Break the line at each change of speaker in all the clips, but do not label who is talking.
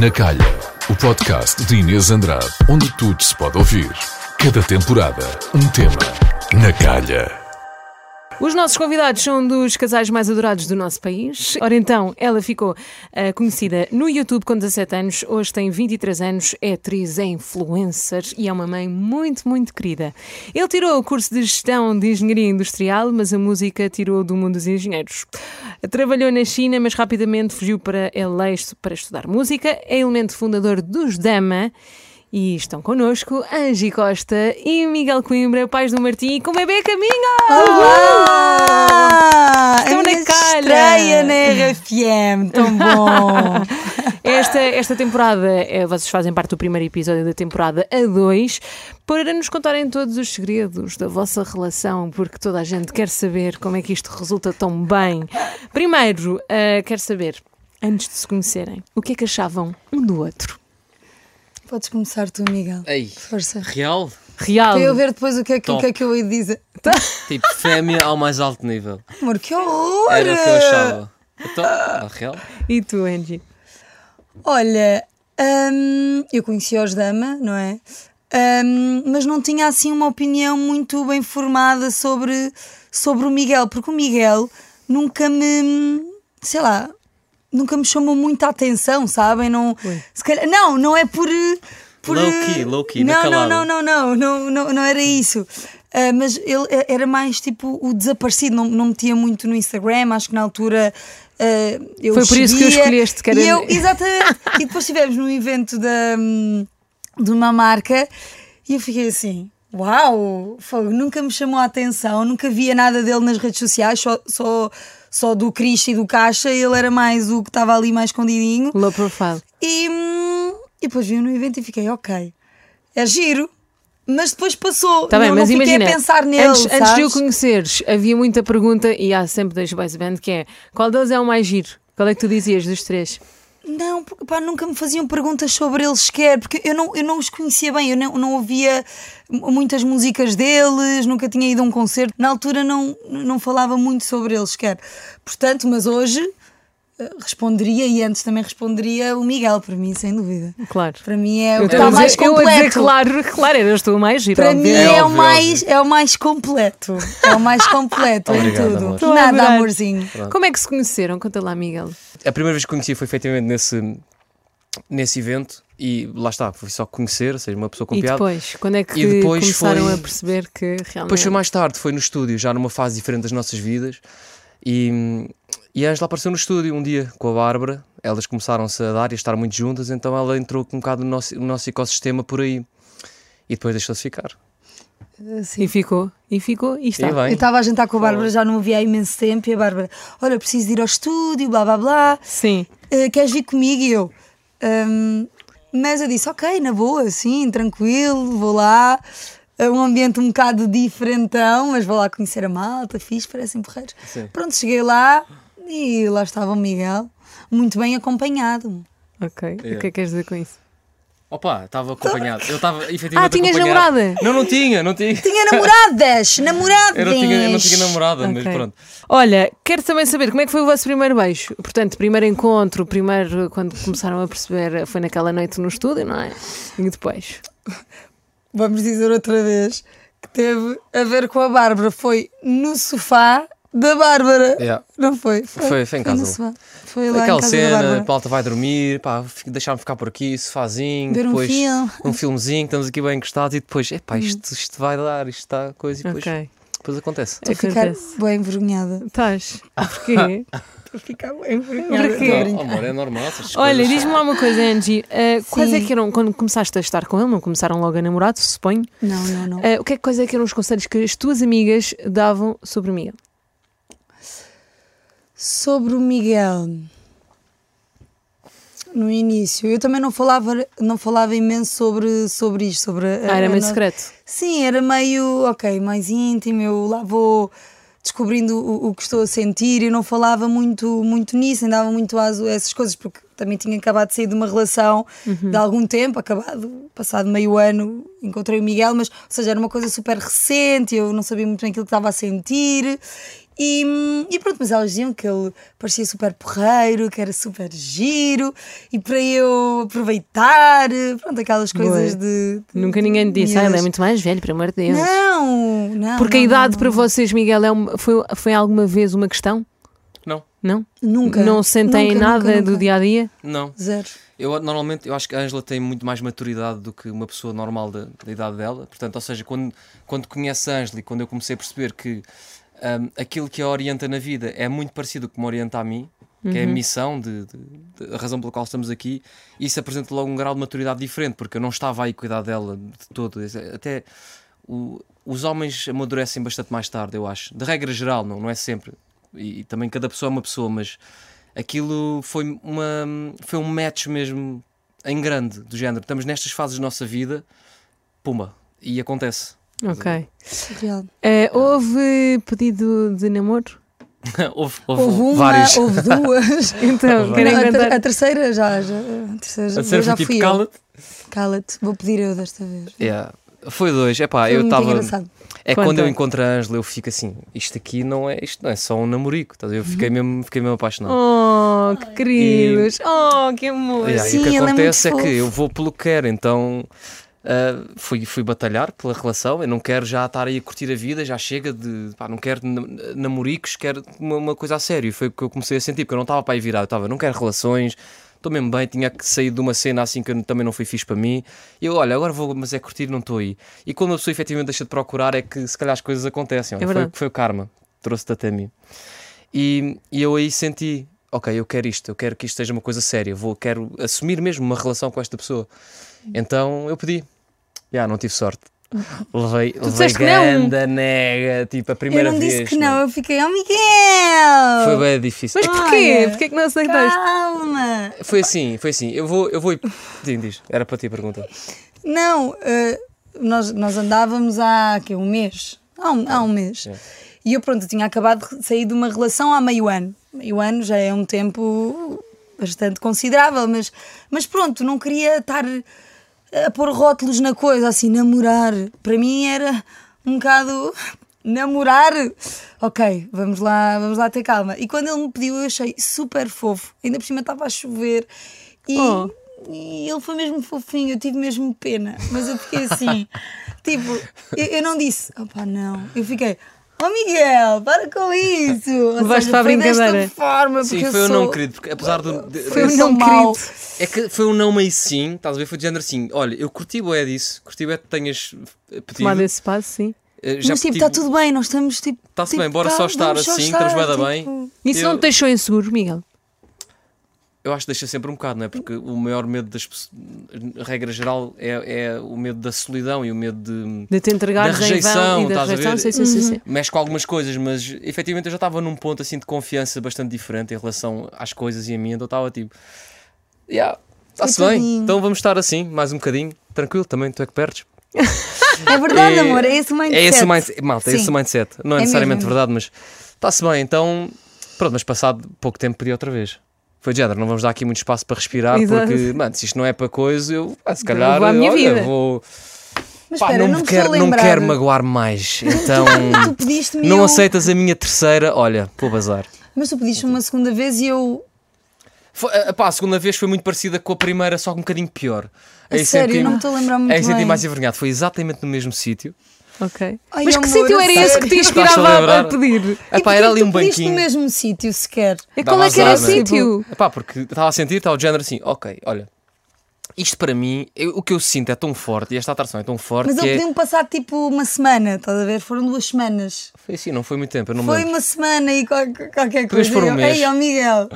Na Calha, o podcast de Inês Andrade, onde tudo se pode ouvir. Cada temporada, um tema. Na Calha.
Os nossos convidados são um dos casais mais adorados do nosso país. Ora então, ela ficou ah, conhecida no YouTube com 17 anos, hoje tem 23 anos, é atriz, é influencer e é uma mãe muito, muito querida. Ele tirou o curso de gestão de engenharia industrial, mas a música tirou do mundo dos engenheiros. Trabalhou na China, mas rapidamente fugiu para LA para estudar música. É elemento fundador dos Dama. E estão connosco Angie Costa e Miguel Coimbra, pais do Martim, com o bebê Caminho!
Olá!
Estou
Ah, a
na
minha
calha.
Estreia na RFM, tão bom!
Esta, esta temporada, eh, vocês fazem parte do primeiro episódio da temporada A2, para nos contarem todos os segredos da vossa relação, porque toda a gente quer saber como é que isto resulta tão bem. Primeiro, eh, quero saber, antes de se conhecerem, o que é que achavam um do outro?
Podes começar tu, Miguel.
Ei.
Força.
Real?
Real?
Para eu ver depois o que é que, o que, é que eu ia dizer.
Tipo, fêmea ao mais alto nível.
Amor, que horror!
Era o que eu achava. Então, ah, real?
E tu, Angie?
Olha, hum, eu conheci os Dama, não é? Hum, mas não tinha assim uma opinião muito bem formada sobre, sobre o Miguel, porque o Miguel nunca me, sei lá, nunca me chamou muita atenção, sabem? Não, se calhar- não, não é por. por
Low key, low key, na
não, não,
calada.
não, não, não, não, não, não era isso. Ah, mas ele eh, era mais tipo o desaparecido, não, não metia muito no Instagram, acho que na altura. ah, eu
Foi por isso que eu
seguia,
escolheste, que era-
E eu, exatamente. e depois estivemos num evento da, hum, de uma marca e eu fiquei assim. Uau! Fogo, nunca me chamou a atenção, nunca via nada dele nas redes sociais, só, só, só do Cris e do Caixa, ele era mais o que estava ali mais escondidinho.
Low profile.
E, hum, e depois vi no evento e fiquei, ok, é giro, mas depois passou.
Tá bem,
não,
mas
não fiquei
imagina,
a pensar nele.
antes,
sabes?
antes de o conheceres, havia muita pergunta, e há sempre das boys band, que é, qual deles é o mais giro? Qual é que tu dizias dos três?
Não, porque pá, nunca me faziam perguntas sobre eles sequer, porque eu não, eu não os conhecia bem, eu não, não ouvia mu- muitas músicas deles, nunca tinha ido a um concerto. Na altura não, não falava muito sobre eles sequer. Portanto, mas hoje eh, responderia e antes também responderia o Miguel, para mim, sem dúvida.
Claro.
Para mim é o
Eu
que
estava
está
a
mais
dizer, eu a dizer,
completo.
claro, claro, eras tu a mais giro.
Para mim
obviamente.
é, o
óbvio,
mais, é o mais completo. É o mais completo em
Obrigado,
tudo.
amor.
Estou a
Nada,
adorar.
amorzinho.
Como é que se conheceram? Conta lá, Miguel.
A primeira vez que conheci foi efetivamente nesse, nesse evento e lá está, foi só conhecer, ou seja, uma pessoa com
E
piada.
depois? Quando é que
E depois
começaram
foi-
a perceber que realmente.
Depois foi mais tarde, foi no estúdio, já numa fase diferente das nossas vidas. E, e a Angela apareceu no estúdio um dia com a Bárbara. Elas começaram-se a dar e a estar muito juntas, então ela entrou com um bocado no nosso, no nosso ecossistema por aí. E depois deixou-se ficar.
assim E ficou, e ficou, e está.
E
Eu
bem.
estava a jantar com a Bárbara, já não a vi há imenso tempo, e a Bárbara, olha, eu preciso de ir ao estúdio, blá blá blá,
Sim.
eh, queres vir comigo? E eu, "Hum", mas eu disse, ok, na boa, sim, tranquilo, vou lá, é um ambiente um bocado diferentão, mas vou lá conhecer a malta, fixe, parecem porreiros.
Sim.
Pronto, cheguei lá e lá estava o Miguel, muito bem acompanhado.
Ok. O
Yeah.
que é que queres dizer com isso?
Opa, estava acompanhado. Eu estava efetivamente.
Ah, tinhas
acompanhado.
namorada?
Não, não tinha, não tinha.
Tinha namoradas, namoradas!
Eu não tinha, eu não tinha namorada, mas
Ok.
pronto.
Olha, quero também saber como é que foi o vosso primeiro beijo. Portanto, primeiro encontro, primeiro quando começaram a perceber, foi naquela noite no estúdio, não é? E depois.
vamos dizer outra vez, que teve a ver com a Bárbara. Foi no sofá da Bárbara.
Yeah.
Não foi? Foi,
É. Foi- foi em casa.
no sofá. Foi lá em
Aquela
casa da
cena,
Bárbara.
a malta vai dormir, pá, fi- deixar-me ficar por aqui, sofazinho,
Ver um
depois
filme.
um filmezinho, estamos aqui bem encostados e depois, epá, isto, isto vai dar, isto está coisa e depois,
Uhum. Ok.
depois acontece.
Estou a ficar
Acontece.
bem envergonhada.
Estás.
Ah,
Porquê?
Estou a ficar bem envergonhada.
Porquê?
Estou a
Oh,
brincar.
amor, é normal. essas
Olha,
coisas.
diz-me lá uma coisa, Angie. Uh, quais é
Sim.
que eram, quando começaste a estar com ele, não começaram logo a namorar, suponho.
Não, não, não.
Uh, o que é que quais é que eram os conselhos que as tuas amigas davam sobre mim?
Sobre o Miguel. No início, eu também não falava, não falava imenso sobre, sobre isto, sobre a-
Ah, era
a
meio
no-
secreto.
Sim, era meio, ok, mais íntimo, eu lá vou descobrindo o, o que estou a sentir, eu não falava muito, muito nisso, andava muito às essas coisas, porque também tinha acabado de sair de uma relação
Uhum.
de algum tempo, acabado, passado meio ano, encontrei o Miguel, mas, ou seja, era uma coisa super recente, eu não sabia muito bem aquilo que estava a sentir, E, hum, e pronto, mas elas diziam que ele parecia super porreiro, que era super giro, e para eu aproveitar, pronto, aquelas
Boa.
coisas de, de-
Nunca ninguém te disse, ah, ele é muito mais velho, pelo amor de Deus.
Não, não.
Porque
não,
a idade
não,
para vocês, Miguel, é uma- foi, foi alguma vez uma questão?
Não,
Não?
não. Nunca.
Não sentem
Nunca,
nada
nunca,
do
nunca.
dia a dia?
não.
Zero.
Eu normalmente eu acho que a Angela tem muito mais maturidade do que uma pessoa normal da, da idade dela. Portanto, ou seja, quando, quando conhece a Angela e quando eu comecei a perceber que hum, aquilo que a orienta na vida é muito parecido com o que me orienta a mim, que é a missão, de, de- de- a razão pela qual estamos aqui, isso apresenta logo um grau de maturidade diferente, porque eu não estava aí a cuidar dela de todo. é, Até o- os homens amadurecem bastante mais tarde, eu acho. De regra geral, não, não é sempre. E, e também cada pessoa é uma pessoa, mas aquilo foi, uma, foi um match mesmo em grande, do género. Estamos nestas fases da nossa vida, puma, e acontece.
Ok.
Real.
Eh, houve pedido de namoro?
houve,
Houve uma,
vários.
houve duas.
Então,
Houve
querem
Não, a, ter-
cantar?
a terceira já. já a terceira já,
A ser
já
foi tipo,
fui eu.
cala-te.
Cala-te, vou pedir eu desta vez.
Yeah. Foi dois, é pá,
Foi
eu
muito
estava.
engraçado.
É
Conta.
quando eu encontro a Ângela, eu fico assim, isto aqui não é, isto não é só um namorico, estás a ver? eu
Uhum.
fiquei mesmo, fiquei mesmo apaixonado.
Oh, que queridos! Oh, que amor!
Yeah,
sim,
e o
ele
que
é muito
acontece é,
fofo.
que eu vou pelo que quero, então ah, fui, fui batalhar pela relação. Eu não quero já estar aí a curtir a vida, já chega de. pá, não quero nam- namoricos, quero uma, uma coisa a sério. E Foi o que eu comecei a sentir, porque eu não estava para aí virado, eu estava, não quero relações. Estou mesmo bem, tinha que sair de uma cena assim que eu também não fui fixe para mim. E eu, olha, agora vou, mas é curtir, não estou aí. E quando a pessoa efetivamente deixa de procurar, é que se calhar as coisas acontecem. Olha, foi,
verdade.
foi o karma, trouxe-te até mim. E, e eu aí senti, ok, eu quero isto, eu quero que isto seja uma coisa séria, vou, quero assumir mesmo uma relação com esta pessoa. Então eu pedi. Já, não tive sorte. Levei, levei
disseste que não.
grande nega, tipo, a
Eu
primeira
não
vez.
disse que
mano.
não, eu fiquei, oh Miguel!
Foi bem difícil. É
Mas porquê?
Olha.
Porquê é que não aceitaste?
Calma!
Foi assim, foi assim. Eu vou, eu vou. Sim, diz. Era para ti a pergunta.
Não, eh, nós, nós andávamos há que, um mês. Há um, há um mês. E eu, pronto, tinha acabado de sair de uma relação há meio ano. Meio ano já é um tempo bastante considerável, mas, mas pronto, não queria estar a pôr rótulos na coisa, assim, namorar. Para mim era um bocado. Namorar? Ok, vamos lá, vamos lá ter calma. E quando ele me pediu, eu achei super fofo. Ainda por cima estava a chover. E,
Oh.
e ele foi mesmo fofinho, eu tive mesmo pena, mas eu fiquei assim, tipo, eu, eu não disse, opá, não, eu fiquei, oh Miguel, para com isso, Ou
Levaste
seja,
para a
foi
brincadeira.
desta forma, porque
Sim,
eu
foi eu
sou,
não querido, porque apesar do. de-
foi
desse-
um não
não
mal,
É que foi um não meio sim, estás a ver? Foi de género assim. Olha, eu curti o é disso, curti o é que tenhas eh, pedido.
Tomado esse passo, sim.
eh, já
mas tipo,
pedi-
está tudo bem, nós estamos tipo,
Está-se
tipo,
bem, bora
tá,
só estar
vamos só
assim,
estar,
estamos bem da bem.
tipo,
Isso
Eu-
não te deixou inseguro, Miguel?
Eu acho que deixa sempre um bocado, não é? Porque o maior medo das pessoas, regra geral, é, é o medo da solidão e o medo de.
De te entregares
Da
em
rejeição,
vão e da
estás a
rejeição? Sim,
ver?
sim, sim.
Uhum.
sim.
Mexe com algumas coisas, mas efetivamente eu já estava num ponto assim de confiança bastante diferente em relação às coisas e a mim, então eu estava tipo. Yeah, está-se bem,
Coitadinho.
então vamos estar assim, mais um bocadinho, tranquilo também, tu é que perdes.
É verdade,
É-
amor, é esse o mindset.
É esse o mindset, malta, é
Sim.
esse o mindset. Não é,
É
necessariamente
mesmo.
verdade, mas está-se bem, então. Pronto, mas passado pouco tempo pedi outra vez. Foi de género, não vamos dar aqui muito espaço para respirar,
Exato.
porque, mano, se isto não é para coisa, eu, ah, se calhar,
vou à minha
olha,
vida.
vou.
Mas
Pá,
espera,
não,
eu não
me
me
quero,
estou a
não me
lembrar.
quero magoar mais, então.
Tu pediste-me
não
eu-
aceitas a minha terceira, olha, vou bazar.
Mas tu pediste uma segunda vez e eu
Foi, ah, pá, a segunda vez foi muito parecida com a primeira, só que um bocadinho pior.
A
é
sério, não me estou a lembrar muito
Aí senti
bem. Tipo,
mais envergonhado. Foi exatamente no mesmo sítio.
Ok.
Ai,
Mas que
amor,
sítio
a
era esse que te
sério?
inspirava
Estás-te a
a, a
lembrar?
pedir?
Ah,
E
pá, era
porquê
ali
que
um
tu pediste
banquinho.
no mesmo sítio sequer.
E qual é que era o
Dava azar, não é?
sítio?
Epá, porque estava a sentir, estava de género assim, ok, olha, isto para mim, eu- o que eu sinto é tão forte e esta atração é tão forte
Mas
que
ele
é-
pediu-me passar tipo uma semana, estás a ver? Foram duas semanas.
foi assim, não foi muito tempo, eu não me
Foi
lembro.
uma semana e qual- qualquer
Podemos
coisa.
pôr um
Eu,
mês.
Ei, ó Miguel,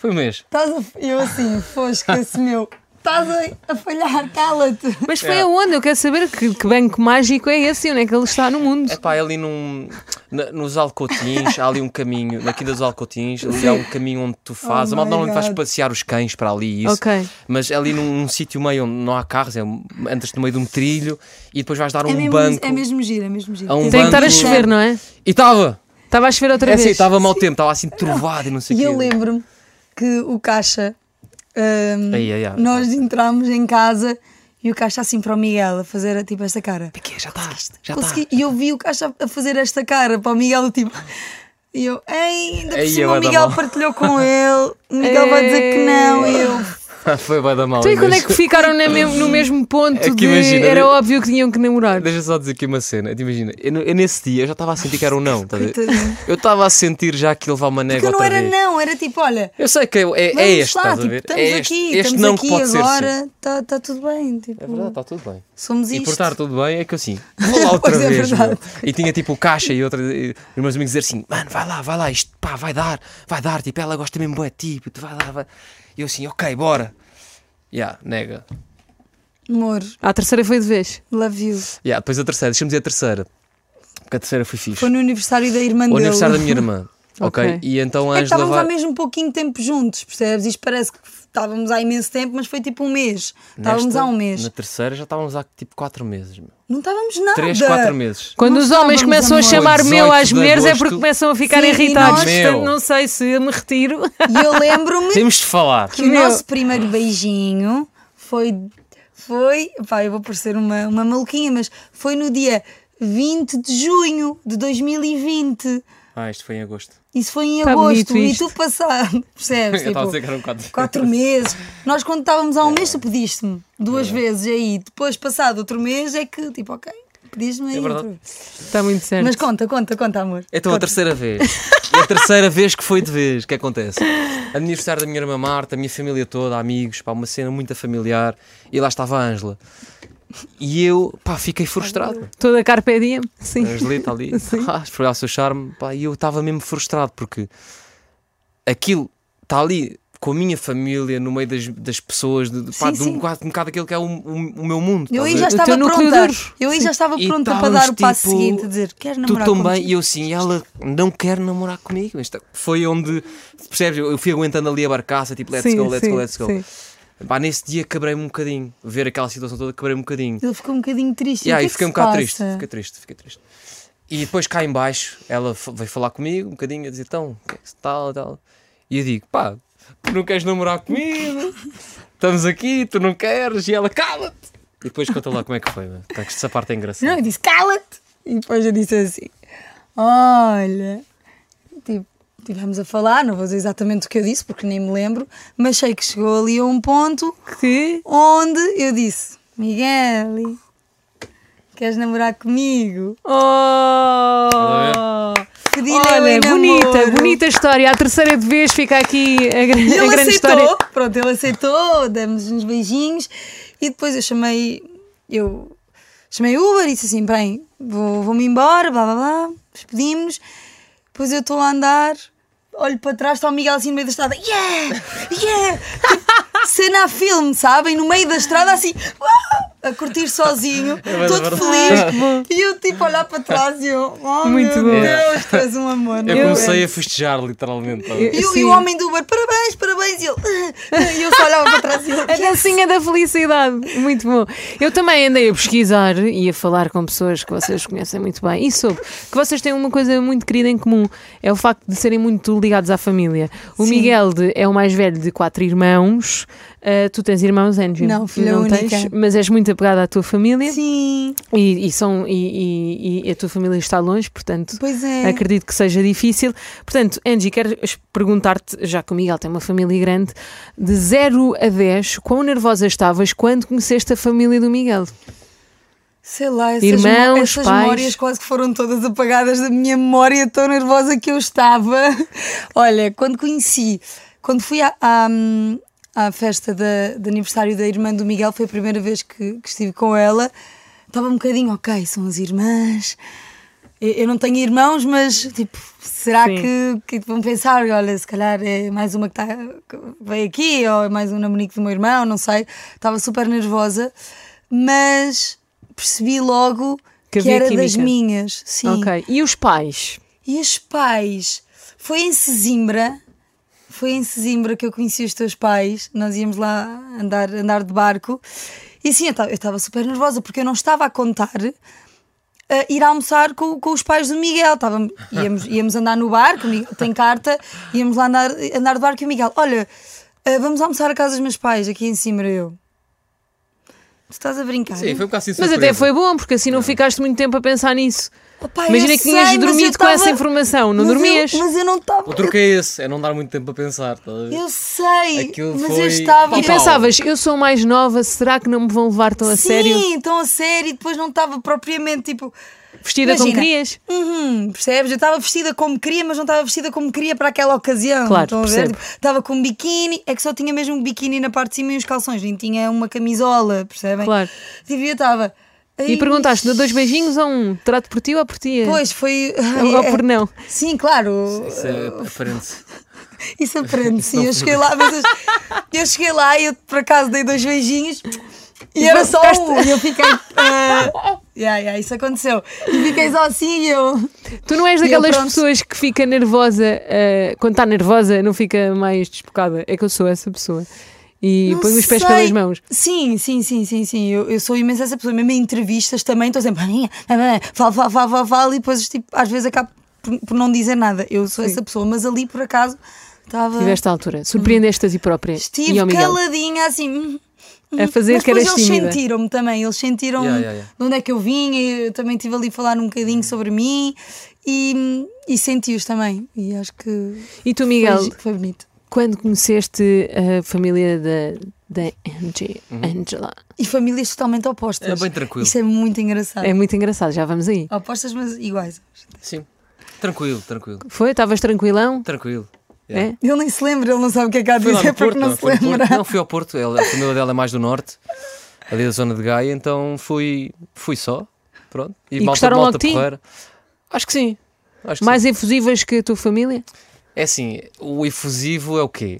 Foi um mês.
estás a... eu assim, fosca esse meu. Estás a, a falhar, cala-te.
Mas
É.
foi aonde? Eu quero saber que, que banco mágico é esse e onde é que ele está no mundo.
Epá, é ali num, na- nos Alcotins, há ali um caminho, na Quinta dos Alcotins, ali há um caminho onde tu fazes,
Oh
a malta
my
normalmente vais
God.
passear os cães para ali e isso,
Ok.
mas é ali num, num sítio meio onde não há carros, é, um- andas no meio de um trilho e depois vais dar
É
um
mesmo,
banco.
é mesmo giro, é mesmo giro.
Há um
Tens
Tem que
banco-
estar a chover, não é?
E estava,
Estava a chover outra
é assim,
vez.
estava mau tempo, estava assim trovado e não sei o
E
quê.
eu lembro-me que o Caixa. hum,
Ai, ai, ai.
nós entramos em casa e o Caixa assim para o Miguel a fazer tipo esta cara.
Aqui, já tá. está, já está.
Consegui- E eu vi o Caixa a fazer esta cara para o Miguel, tipo. E eu, ei, ainda por
Ei,
cima
vai
o
dar
Miguel
mal.
partilhou com ele, o Miguel vai dizer que não, e eu.
Foi bem da mal.
Então e quando é
Inês.
que ficaram na mesmo- no mesmo ponto
É que
de
imagina,
era
eu-
óbvio que tinham que namorar?
Deixa só dizer aqui uma cena. Imagina, eu, no- eu nesse dia eu já estava a sentir que era um não. estás a ver?
Coitadinho.
Eu estava a sentir já que ele vai uma nega
Porque não
É outra
era
vez.
não, era tipo, olha,
Eu sei que é, é
vamos
este,
lá,
estás a
tipo,
ver?
estamos
é este,
aqui,
este
estamos
não
aqui
que pode ser sim.
agora, está tá tudo bem, tipo,
É verdade, está tudo bem.
somos
E
isto.
por estar tudo bem é que eu assim, vou lá outra
Pois é,
vez.
verdade.
meu. E tinha tipo o caixa e outra. E os meus amigos dizer assim: mano, vai lá, vai lá, isto pá, vai dar, vai dar. Tipo, ela gosta mesmo, bué, de ti, tipo, vai lá, vai. E eu assim, ok, bora. Yeah, nega.
Amor,
Ah, A terceira foi de vez.
love you.
Yeah, depois a terceira, deixa-me dizer a terceira. Porque a terceira foi fixe.
Foi no aniversário da irmã
O
dele.
aniversário da minha irmã. ok.
Ok.
E então a
É que
Ângela
estávamos
vai.
há mesmo pouquinho tempo juntos, percebes? Isto parece que estávamos há imenso tempo, mas foi tipo um mês. Estávamos
Nesta-
há um mês.
Na terceira já estávamos há tipo 4 meses. meu.
Não estávamos nada.
Três, quatro meses.
Quando
Não
os homens
estávamos,
começam a
amor.
chamar meu
18
às
de
mulheres é
agosto.
porque começam a ficar
Sim, e
irritados.
nós-
Portanto,
Meu.
não sei se eu me retiro.
E eu lembro-me
Temos de falar.
que o
Meu.
nosso primeiro beijinho foi. Foi. Pá, eu vou parecer uma, uma maluquinha, mas foi no dia 20 de junho de 2020.
Ah, isto foi em agosto.
Isso foi em
Tá
agosto.
bonito
E
isto.
tu passado, percebes?
Eu estava
Tipo,
a dizer que um eram 4
Quatro meses. Nós, quando estávamos
É.
há um mês, tu pediste-me duas vezes aí. Depois, passado outro mês, é que tipo, ok, pediste-me aí.
É verdade.
outra vez.
Está muito certo.
Mas conta, conta, conta, amor.
Então a
Conta.
terceira vez. É a terceira vez que foi de vez. O que acontece? Aniversário da minha irmã Marta, a minha família toda, amigos, pá, uma cena muito familiar. E lá estava a Ângela. E eu, pá, fiquei frustrado.
Toda a carpe diem. Sim.
A Angelita ali, a esfregar o seu charme, pá, e eu estava mesmo frustrado porque aquilo está ali com a minha família, no meio das, das pessoas, de, de- pá,
Sim,
de
sim.
um, quase um bocado aquilo que é o, o- o meu mundo.
Eu aí
estás a
já
ver?
teu
estava
núcleo
pronta.
duro.
Eu aí já estava
Tá E
pronta para
estávamos,
dar o passo
tipo,
seguinte, dizer, queres
Tu
namorar
também,
comigo?
e eu sim, ela não quer namorar comigo. Isto foi onde, percebes? Eu eu fui aguentando ali a barcaça, tipo, let's
Sim,
go, let's
sim,
go, let's go.
sim.
Pá, nesse dia quebrei-me um bocadinho. Ver aquela situação toda, quebrei-me um bocadinho.
Ele ficou um bocadinho triste.
E
o que
aí
é que
fiquei um
se
bocado
passa?
triste, fiquei triste, fiquei triste. E depois cá em baixo, ela f- veio falar comigo um bocadinho, a dizer, então, o que é que se tal, tal. E eu digo, pá, tu não queres namorar comigo? Estamos aqui, tu não queres? E ela, cala-te! E depois conta lá como é que foi, meu. Tá, que Essa parte é engraçada.
Não, eu disse, cala-te! E depois eu disse assim, olha... Tipo, estivemos a falar, não vou dizer exatamente o que eu disse, porque nem me lembro, mas sei que chegou ali a um ponto
Que
onde eu disse: Miguel, queres namorar comigo?
Oh!
Pedi-lhe eu
Olha,
em
bonita,
namoro.
bonita história. A terceira de vez fica aqui a, gran-
E
a
ele
grande
aceitou,
história.
É pronto, ele aceitou, demos uns beijinhos e depois eu chamei, eu chamei o Uber e disse assim: bem, vou- vou-me embora, blá blá blá, despedimos. Depois eu estou lá a andar, olho para trás, está o Miguel assim no meio da estrada, yeah, yeah, Tipo, cena a filme, sabem? No meio da estrada, assim, uau, a curtir sozinho,
verdade,
todo
é
feliz. E eu, tipo, a olhar para trás e eu, oh
Muito
meu
bom.
Deus, tu és um amor. não
Eu,
é?
comecei a festejar, literalmente. tá a ver?
E, o-
Sim.
e o homem do Uber, parabéns, parabéns, e ele, e eu só olhava para trás e ele,
A dancinha da felicidade, muito bom. Eu também andei a pesquisar e a falar com pessoas que vocês conhecem muito bem e soube que vocês têm uma coisa muito querida em comum: é o facto de serem muito ligados à família. O
Sim.
Miguel de- é o mais velho de quatro irmãos. Ah, tu tens irmãos, Angel?
Não, filha
não
única.
Tens, mas és muito apegada à tua família
sim,
e, e são, e- e- e a tua família está longe, portanto.
pois é.
Acredito que seja difícil. Portanto, Angie, quero es- perguntar-te, já que o Miguel tem uma família grande, de 0 a 10, quão nervosa estavas quando conheceste a família do Miguel?
Sei lá, essas,
Irmãos,
mo- essas
pais.
memórias quase que foram todas apagadas da minha memória, tão nervosa que eu estava. Olha, quando conheci, quando fui à, à, hum, à festa da- de aniversário da irmã do Miguel, foi a primeira vez que, que estive com ela, estava um bocadinho, ok, são as irmãs. Eu eu não tenho irmãos, mas tipo, será
Sim.
que, que vão pensar? Olha, se calhar é mais uma que, tá, que veio aqui, ou é mais um namorico do meu irmão, não sei. Estava super nervosa, mas percebi logo
Que
que,
havia
era das
química.
minhas. Sim.
Ok. E os pais?
E os pais? Foi em Sesimbra. Foi em Sesimbra que eu conheci os teus pais. Nós íamos lá andar, andar de barco. E sim, eu estava super nervosa porque eu não estava a contar a ir almoçar com, com os pais do Miguel. Tava, íamos, íamos andar no barco, o Miguel tem carta, íamos lá andar, andar de barco e o Miguel, olha, ah, vamos almoçar a casa dos meus pais, aqui em Sesimbra eu. Tu estás a brincar?
Sim, foi um bocado assim
Mas até foi bom, porque assim não ficaste muito tempo a pensar nisso.
Opa,
Imagina
"Oh, eu
que tinhas
sei, mas eu
dormido com
tava-
essa informação, não
mas eu-
dormias?
mas eu não estava.
O truque é esse, é não dar muito tempo a pensar. estás a ver?
Eu sei,
Aquilo
mas eu
foi
estava. tipo
E
Não.
pensavas, eu sou mais nova, será que não me vão levar tão a
Sim,
sério?
tão a sério, e depois não estava propriamente tipo.
Vestida como
Imagina.
querias?
Uhum, percebes? Eu estava vestida como queria, mas não estava vestida como queria para aquela ocasião.
Claro,
estão a ver?
percebo.
Tipo, Estava com um biquíni, é que só tinha mesmo um biquíni na parte de cima e os calções, nem tinha uma camisola, percebem?
Claro.
Tipo, eu estava.
E
"Ai,
perguntaste, dou dois beijinhos ou um? Trato por ti ou por ti?
Pois foi.
Ou, ou por não?
Sim, claro.
Isso é aparente.
Isso aprende-se. E Eu cheguei lá, mas eu, eu cheguei lá e eu por acaso dei dois beijinhos e era só um. E eu fiquei. ah, yeah, yeah, isso aconteceu. E fiquei só assim e eu.
Tu não és
E eu,
daquelas
pronto.
pessoas que fica nervosa, eh, quando está nervosa não fica mais despocada. É que eu sou essa pessoa. E
Não
ponho os pés
sei. Ah.
pelas mãos.
Sim, sim, sim, sim, sim. Eu, eu sou imensa essa pessoa. Mesmo em entrevistas também estou sempre. "Ah, ah, ah", Falo, falo, falo, falo, falo e depois tipo, às vezes acabo por, por não dizer nada. Eu sou essa pessoa, mas ali por acaso estava.
Tiveste a altura. Surpreendeste a ti própria.
Estive
e ao Miguel.
caladinha assim. "Hum,
A fazer
Mas
que
depois
eras
eles
tímida.
sentiram-me também, eles sentiram
Yeah, yeah, yeah. Uhum.
de onde é que eu vinha, eu também estive ali a falar um bocadinho sobre mim e, e senti-os também. E acho que
E tu,
foi,
Miguel,
gi- foi bonito.
quando conheceste a família da, da Angie, Angela?
E famílias totalmente opostas.
É bem tranquilo.
Isso é muito engraçado.
É muito engraçado, já vamos aí.
Opostas, mas iguais.
Sim. Tranquilo, tranquilo.
Foi? Estavas tranquilão?
Tranquilo. Yeah.
É?
Ele nem se lembra, ele não sabe o que é que há de
Fui lá
dizer
no
porque
Porto,
não,
não,
se
fui no
lembra.
Porto. Não, fui ao Porto, ela- a família dela é mais do norte, ali da zona de Gaia, então fui, fui só, pronto.
E
malta-
gostaram
malta
logo de ti?
porreira.
Acho que sim.
Acho que
Mais efusivas que a tua família?
sim. É assim, o efusivo é o quê?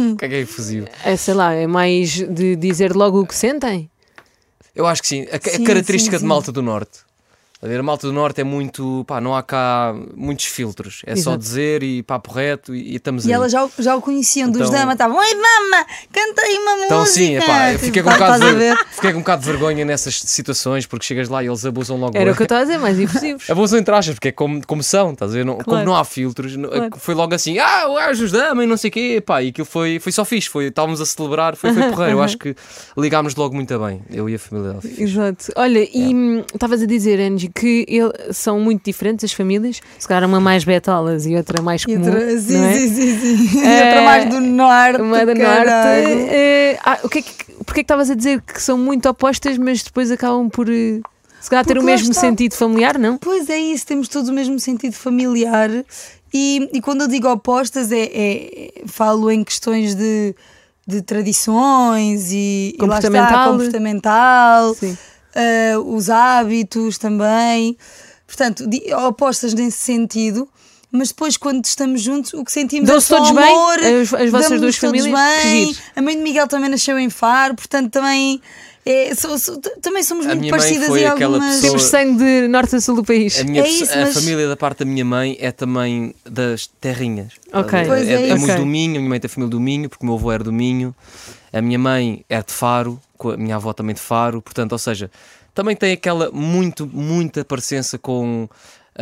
o que é que é efusivo?
É, sei lá, é mais de dizer logo o que sentem?
Eu acho que sim. A, ca- a
Sim,
característica
sim,
de
sim.
Malta do Norte. A ver, a Malta do Norte é muito. Pá, não há cá muitos filtros. É só
Exato.
dizer e papo reto e, e estamos
E
aí.
elas já, o- já o conheciam dos
Então-
Dama, estavam, oi Dama, canta aí uma
Então
música.
sim, epá, eu
Tipo,
fiquei com, um
estás
bocado
a
de,
ver?
ver- fiquei com um bocado de vergonha nessas situações porque chegas lá e eles abusam logo.
Era
bué.
o que eu estava a dizer, mais efusivos.
Abusam entre aspas, porque é como, como são, estás a ver? Não-
Claro.
Como não há filtros, não-
Claro.
foi logo assim, ah, o Anjos Dama e não sei o quê, pá, e aquilo foi, foi só fixe, foi, estávamos a celebrar, foi, foi porreiro. Eu acho que ligámos logo muito bem, eu e a família dela.
Exato. Olha,
É.
e hum, estavas a dizer, Angie, que ele- são muito diferentes as famílias. Se calhar uma mais betolas e outra mais
E
comum.
outra, sim,
não é?
sim, sim, sim. E
É,
outra mais do norte.
Uma da
caralho.
Norte. eh, ah, o que é que, porque é que estavas a dizer que são muito opostas, mas depois acabam por eh, se calhar ter
Porque
o
lá
mesmo
está.
sentido familiar, não?
Pois é isso, temos todos o mesmo sentido familiar e, e quando eu digo opostas é, é- falo em questões de, de tradições e e lá está,
Comportamental.
comportamental
Sim.
ah, os hábitos também, portanto di- opostas nesse sentido. Mas depois, quando estamos juntos, o que sentimos é
Dão-se
só
todos bem?
amor,
As- as vossas
damos-nos
duas
todos
famílias? Que
Bem.
giro.
A mãe de Miguel também nasceu em Faro, portanto, também, é, so- so- t- também somos
A
muito
minha mãe
parecidas
foi
em
aquela
algumas.
pessoa-
Temos sangue de norte a sul do país.
A, minha
É
pessoa-
isso,
a
mas-
família da parte da minha mãe é também das terrinhas. estás
Ok.
a ver?
Pois é
é,
isso.
muito
Ok.
do Minho, a minha mãe tem família do Minho, porque o meu avô era do Minho, a minha mãe é de Faro, co- a minha avó também de Faro, portanto, ou seja, também tem aquela muito, muita parecença com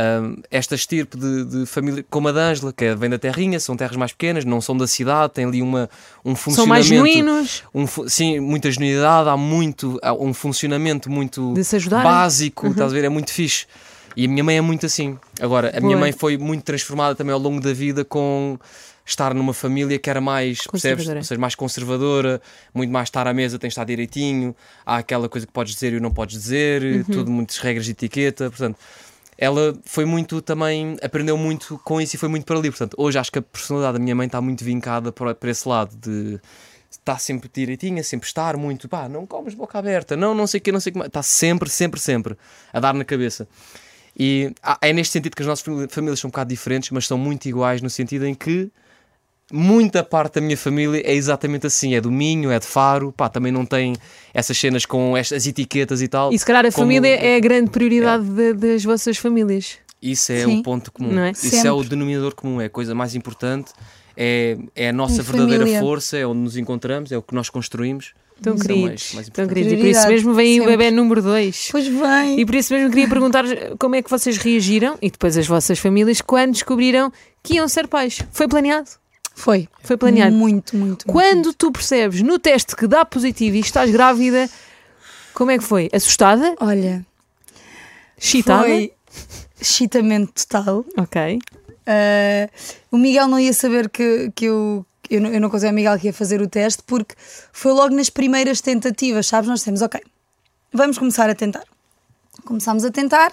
hum, esta estirpe de, de família, como a da Ângela, que é- vem da terrinha, são terras mais pequenas, não são da cidade, tem ali uma, um funcionamento...
são mais genuínos.
um fu- sim, muita genuidade, há muito, há um funcionamento muito
De se ajudar. Uhum.
básico, estás a ver? É muito fixe. E a minha mãe é muito assim. Agora, a minha
Boa.
mãe foi muito transformada também ao longo da vida com estar numa família que era mais, percebes?
Conservadora.
Ou seja, mais conservadora, muito mais estar à mesa, tens de estar direitinho, há aquela coisa que podes dizer e não podes dizer, tudo muitas regras de etiqueta, portanto. Ela foi muito também, aprendeu muito com isso e foi muito para ali. Portanto, hoje acho que a personalidade da minha mãe está muito vincada para, para esse lado de está sempre direitinha, sempre estar muito, pá, não comes boca aberta, não, não sei o que, não sei o que mais. Está sempre, sempre, sempre a dar na cabeça. E há- é neste sentido que as nossas famí- famílias são um bocado diferentes, mas são muito iguais no sentido em que muita parte da minha família é exatamente assim, é do Minho, é de Faro, pá, também não tem essas cenas com estas etiquetas e tal.
E se calhar a
Como- É.
família é a grande prioridade da- das vossas famílias.
Isso é
Sim.
o ponto comum.
Não é?
Isso
Sempre.
é o denominador comum, é a coisa mais importante, é, é a nossa
Em
verdadeira
família.
força, é onde nos encontramos, é o que nós construímos.
Tão
São
queridos.
mais- mais
tão
importantes.
queridos. E por isso
Prioridade,
mesmo vem o
sempre.
bebê número 2.
Pois bem.
E por isso mesmo queria perguntar como é que vocês reagiram e depois as vossas famílias quando descobriram que iam ser pais. Foi planeado?
Foi.
Foi planeado.
Muito, muito.
Quando tu percebes no teste que dá positivo e estás grávida, como é que foi? Assustada?
Olha,
Excitada?
foi. excitamento total.
Ok.
Ah, o Miguel não ia saber que, que eu. Eu não, eu não consigo é o Miguel que ia fazer o teste porque foi logo nas primeiras tentativas, sabes? Nós dissemos, ok, vamos começar a tentar. Começámos a tentar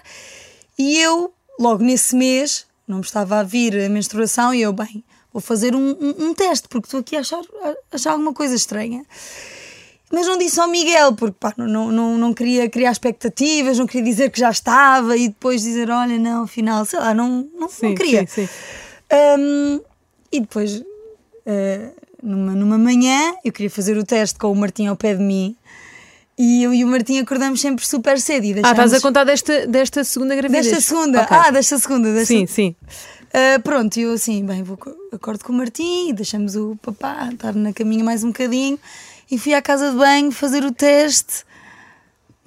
e eu, logo nesse mês, não me estava a vir a menstruação e eu, bem, vou fazer um, um- um teste porque estou aqui a achar, a achar alguma coisa estranha. Mas não disse ao Miguel, porque pá, não- não, não, não queria criar expectativas, não queria dizer que já estava e depois dizer, olha, não, afinal, sei lá, não, não,
Sim,
não queria.
sim, sim.
Hum, e depois, eh, numa, numa manhã, eu queria fazer o teste com o Martim ao pé de mim e eu e o Martim acordamos sempre super cedo. E
Ah, estás a
deixámos-
contar desta, desta segunda gravidez?
Desta segunda,
Ok.
ah, desta segunda, desta
Sim, sim.
Uh, pronto, eu assim, bem, vou, co- acordo com o Martim, deixamos o papá estar na caminha mais um bocadinho e fui à casa de banho fazer o teste.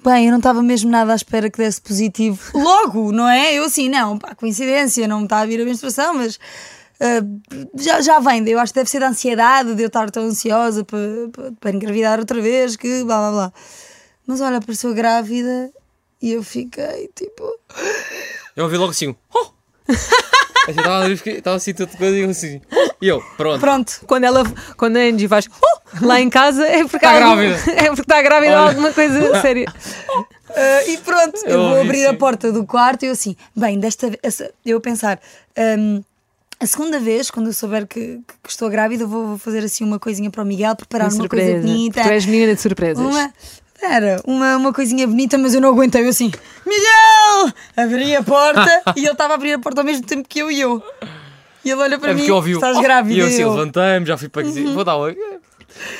Bem, eu não estava mesmo nada à espera que desse positivo logo, não é? Eu assim, não, pá, coincidência, não me está a vir a menstruação, mas uh, já, já vem, eu acho que deve ser da ansiedade, de eu estar tão ansiosa para, para, para engravidar outra vez, que blá blá blá. Mas olha, apareceu grávida e eu fiquei tipo.
Eu ouvi logo assim, um, oh! Eu já Estava ali, fiquei- estava assim, tudo coisa e eu assim. E eu, pronto.
Pronto,
Quando, ela, quando a Angie faz "Oh!" lá em casa é porque
Está
há algum-
Tá grávida.
É porque está grávida ou
Olha.
alguma coisa séria.
Ah, e pronto, eu,
Eu
vou
ouvi,
abrir a
sim.
porta do quarto e eu assim, bem, desta vez, essa- eu a pensar, hum, a segunda vez, quando eu souber que, que- que estou grávida, eu vou, vou fazer assim uma coisinha para o Miguel, preparar
Uma
uma, coisa
surpresa.
bonita.
Tu és menina de surpresas.
Uma, era, uma, uma coisinha bonita, mas eu não aguentei. Eu assim, Miguel! Abri a porta e ele estava a abrir a porta ao mesmo tempo que eu e eu. E ele olha para
É
mim,
porque eu ouvi um,
estás
"Oh!"
grávida.
E eu assim,
eu.
levantei-me, já fui para dizer, vou dar uma.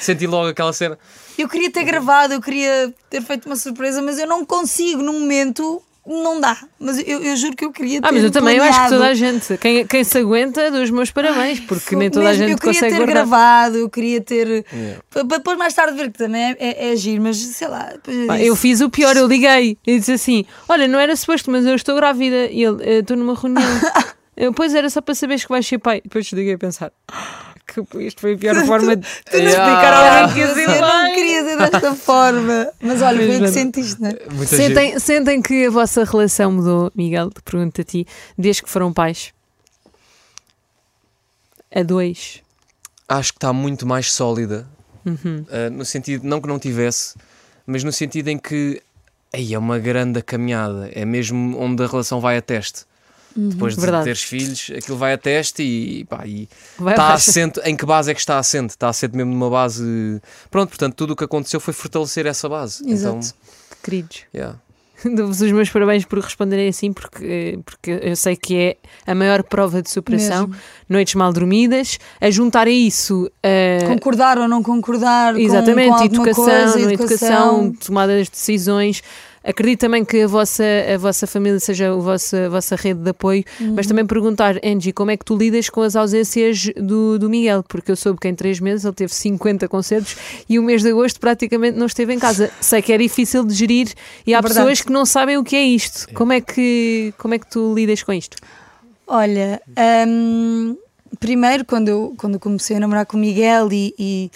Senti logo aquela cena.
Eu queria ter gravado, eu queria ter feito uma surpresa, mas eu não consigo no momento, não dá. Mas eu, eu juro que eu queria ter.
Ah, mas eu também, eu acho que
planeado.
toda a gente, quem, quem se aguenta, dos meus parabéns, porque nem toda a
Mesmo,
gente
eu queria
consegue
ter
guardar.
gravado, eu queria ter. Para depois mais tarde ver que também é, é, é giro, mas sei lá. depois eu
Pá,
disse,
Eu fiz o pior, eu liguei e disse assim: Olha, não era suposto, mas eu estou grávida. E ele, "Eh, estou numa reunião. Eu, pois era só para saberes que vais ser pai. Depois desliguei a pensar: que isto foi a pior forma de
"Tu não
explicar
explicaram
ao alguém
nada que ia
assim,
ser, Ah, Eu não queria ser desta forma. Mas olha, foi o que sentiste, né?
Muita gente.
Sentem, sentem que a vossa relação mudou, Miguel, te pergunto a ti, desde que foram pais? A dois.
Acho que está muito mais sólida. Ah, no sentido, não que não tivesse, mas no sentido em que aí é uma grande caminhada. É mesmo onde a relação vai a teste. Depois de
Verdade.
teres filhos, aquilo vai a teste e, pá, e
Vai
está
abaixo.
assente. Em que base é que está assente? Está assente mesmo numa base. Pronto, portanto, tudo o que aconteceu foi fortalecer essa base.
Exato.
Então,
Queridos,
yeah.
dou-vos os meus parabéns por responderem assim, porque, eh, porque eu sei que é a maior prova de superação. Noites mal dormidas. A juntar a isso. eh,
Concordar ou não concordar. com-
Exatamente,
com, alguma
educação,
coisa,
não é educação, tomada das decisões. Acredito também que a vossa, a vossa família seja a vossa, a vossa rede de apoio, mas
Uhum.
também perguntar, Angie, como é que tu lidas com as ausências do, do Miguel? Porque eu soube que em três meses ele teve 50 concertos e o mês de agosto praticamente não esteve em casa. Sei que é difícil de gerir e há
É Verdade.
pessoas que não sabem o que é isto. Como, é que, como é que tu lidas com isto?
Olha, hum, primeiro quando eu, quando eu comecei a namorar com o Miguel e, e,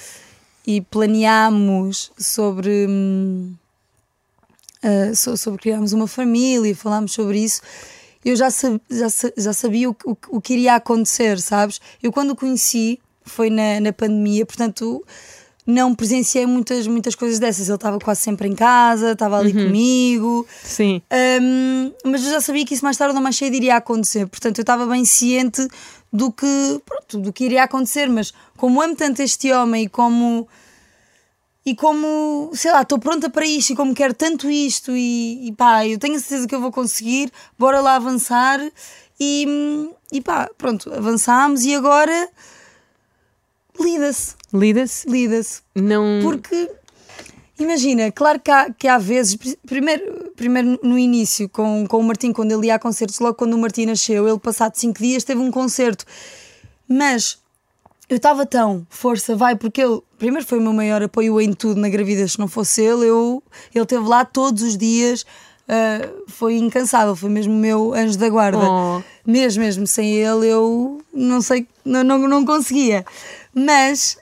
e planeámos sobre, hum, ah, so- sobre criarmos uma família, falámos sobre isso, eu já, sab- já, sa- já sabia o, que- o, que- o que iria acontecer, sabes? Eu quando o conheci foi na, na pandemia, portanto não presenciei muitas, muitas coisas dessas. Ele estava quase sempre em casa, estava ali comigo.
Sim.
Hum, mas eu já sabia que isso mais tarde ou mais cedo iria acontecer, portanto eu estava bem ciente do que, pronto, do que iria acontecer, mas como amo tanto este homem e como e como, sei lá, estou pronta para isto e como quero tanto isto e, e pá, eu tenho a certeza que eu vou conseguir, bora lá avançar e, hum, e pá, pronto, avançámos e agora lida-se,
Lida-se?
lida-se,
Não.
porque imagina, claro que há, que há vezes, pri- primeiro, primeiro no início, com, com o Martim, quando ele ia a concertos, logo quando o Martim nasceu, ele passado cinco dias teve um concerto. Mas eu estava tão força, vai, porque ele primeiro foi o meu maior apoio em tudo na gravidez. Se não fosse ele, eu, ele esteve lá todos os dias. ah, foi incansável, foi mesmo o meu anjo da guarda.
Oh.
Mesmo, mesmo sem ele, eu não sei, não, não, não conseguia. Mas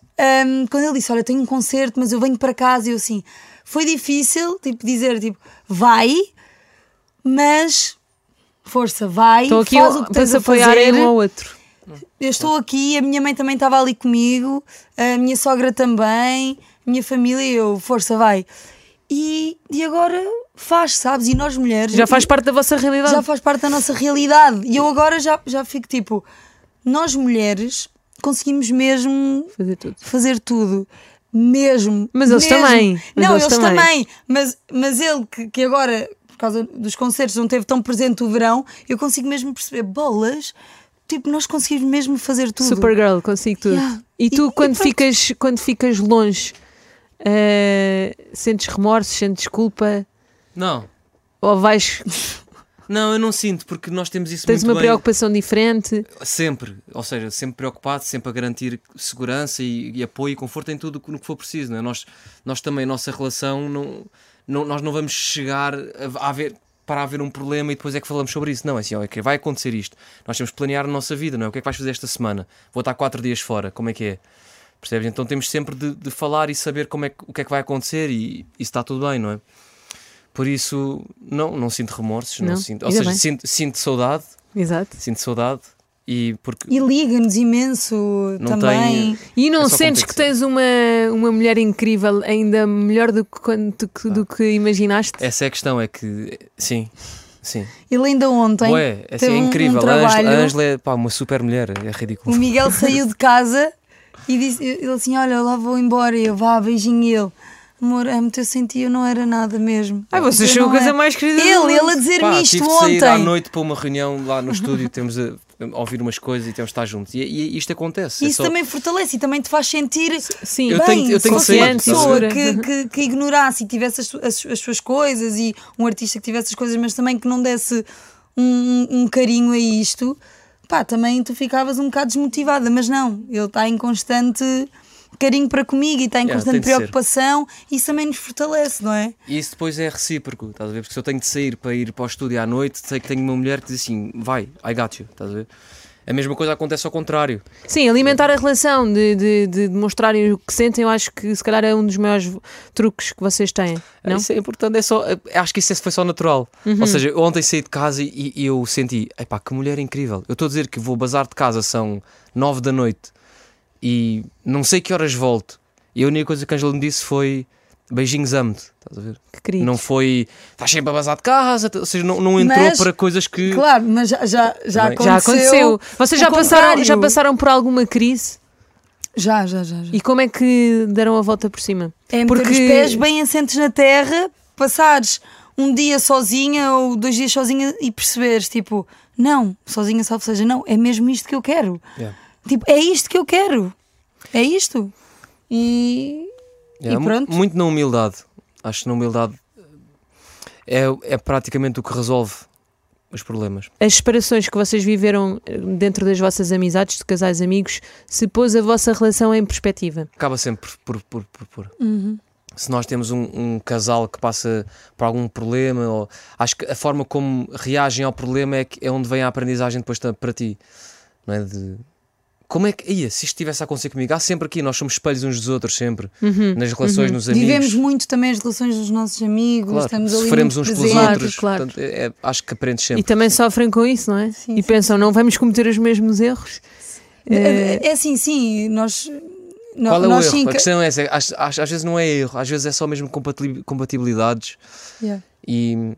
hum, quando ele disse: Olha, tenho um concerto, mas eu venho para casa, eu assim, foi difícil tipo, dizer: tipo, vai, mas Força, vai,
Estou aqui
faz o que
para
tens
se
a
apoiar
fazer.
um ao outro.
Eu estou aqui, a minha mãe também estava ali comigo, a minha sogra também, a minha família e eu, força, vai. E, e agora faz, sabes? E nós mulheres.
Já faz parte da vossa realidade.
já faz parte da nossa realidade. E eu agora já, já fico tipo, nós mulheres conseguimos mesmo
Fazer tudo.
fazer tudo. Mesmo.
Mas eles
mesmo.
também. Mas
não,
eles
eles,
também.
também. Mas, mas ele, que, que agora, por causa dos concertos, não teve tão presente o verão, eu consigo mesmo perceber bolas. Tipo, nós conseguimos mesmo fazer tudo.
Supergirl, consigo tudo.
Yeah.
E tu,
E- e
quando,
pronto.
ficas, quando ficas longe, eh, sentes remorsos, sentes culpa?
Não,
Ou vais.
não, eu não sinto, porque nós temos isso
Tens
muito
uma
bem.
preocupação diferente?
Sempre, ou seja, sempre preocupado, sempre a garantir segurança e, e apoio e conforto em tudo o que- no que for preciso. Não é? nós, nós também, a nossa relação, não, não- nós não vamos chegar a, a haver, para haver um problema e depois é que falamos sobre isso. Não, é assim, ó, é que vai acontecer isto. Nós temos que planear a nossa vida, não é? O que é que vais fazer esta semana? Vou estar quatro dias fora, como é que é? Percebes? Então temos sempre de, de falar e saber como é que- o que é que vai acontecer e isso está tudo bem, não é? Por isso, não, não sinto remorsos, não,
Não,
sinto. Ou
ainda
seja,
bem.
sinto, sinto saudade,
Exato.
sinto saudade e porque
E liga-nos imenso
não
também.
tem.
E não
É só
sentes que
competição.
tens uma, uma mulher incrível, ainda melhor do que, quando- do que, do que imaginaste?
Essa Ah. é a questão, é que. Sim, sim.
Ele ainda ontem.
Ué, essa é
teve um- um
incrível. A Ângela-
trabalho.
a Ângela é pá, uma super mulher, é
O
ridículo.
Miguel saiu de casa e disse ele assim: Olha, eu lá vou embora. E eu, vá, beijinho. E ele, amor, amo-te. Eu senti, eu não era nada mesmo.
Ai, Ah, vocês
Eu
são a
não
coisa
era."
mais querida do
Ele,
mundo.
ele a
Pá,
dizer-me isto
tive de sair à
ontem.
noite para uma reunião lá no estúdio, temos a, a ouvir umas coisas e temos de estar juntos. E, e isto acontece. é
Isso
só-
também fortalece e também te faz sentir.
Sim,
Eu
bem,
tenho- eu tenho que
se fosse uma
sair, estás a
pessoa
ver?
que, que, que ignorasse e tivesse as, su- as, as suas coisas e um artista que tivesse as coisas, mas também que não desse um, um- um carinho a isto, pá, também tu ficavas um bocado desmotivada, mas não, ele está em constante carinho para comigo e está em
Yeah,
constante
tem de ser.
preocupação, isso também nos fortalece, não é?
E isso depois é recíproco, estás a ver? Porque se eu tenho de sair para ir para o estúdio à noite, sei que tenho uma mulher que diz assim: vai, I got you, estás a ver? A mesma coisa acontece ao contrário.
Sim, alimentar a relação, de, de, de demonstrarem o que sentem, eu acho que se calhar é um dos maiores truques que vocês têm. Não?
Isso é importante, é só, acho que isso foi só natural.
Uhum.
Ou seja, eu ontem saí de casa e, e eu senti, epá, que mulher incrível. Eu estou a dizer que vou bazar de casa, são nove da noite e não sei que horas volto. E a única coisa que a Angela me disse foi beijinhos, amo-te. Estás a ver?
Que querido.
Não foi, estás sempre a bazar de casa, ou seja, não, não entrou
Mas,
para coisas que.
Claro, mas já, já, já
Bem.
aconteceu.
Já aconteceu. Vocês
o
já passaram,
contrário.
já passaram por alguma crise?
Já, já, já. já.
E como é que deram a volta por cima?
É meter os pés bem assentes na terra, passares um dia sozinha ou dois dias sozinha e perceberes, tipo, não, sozinha salvo seja, não, é mesmo isto que eu quero.
Yeah.
Tipo, é isto que eu quero. É isto. E.
É, mu-
pronto.
Muito na humildade. Acho que na humildade é, é praticamente o que resolve os problemas.
As separações que vocês viveram eh, dentro das vossas amizades, de casais amigos, se pôs a vossa relação em perspectiva.
acaba sempre por. por, por, por.
Uhum.
Se nós temos um, um casal que passa por algum problema, ou, acho que a forma como reagem ao problema é, que, é onde vem a aprendizagem depois ta- para ti. Não é? De, como é que. Ia, se isto estivesse a acontecer comigo, há sempre aqui, nós somos espelhos uns dos outros, sempre. Nas relações, nos amigos.
Uhum, Vivemos muito também as relações dos nossos amigos,
claro,
estamos ali.
sofremos
muito
uns pelos
presentes.
Claro,
outros.
claro.
Portanto, é- é- acho que aprendes
E
sempre.
também sofrem com isso, não é?
Sim,
e
sim,
pensam, não vamos cometer os mesmos erros?
É, é assim, sim, nós. no-
Qual é o
nós
erro?
sim
A
que-
questão é essa. Às, às- às vezes não é erro, às vezes é só mesmo compatili- compatibilidades
Yeah.
e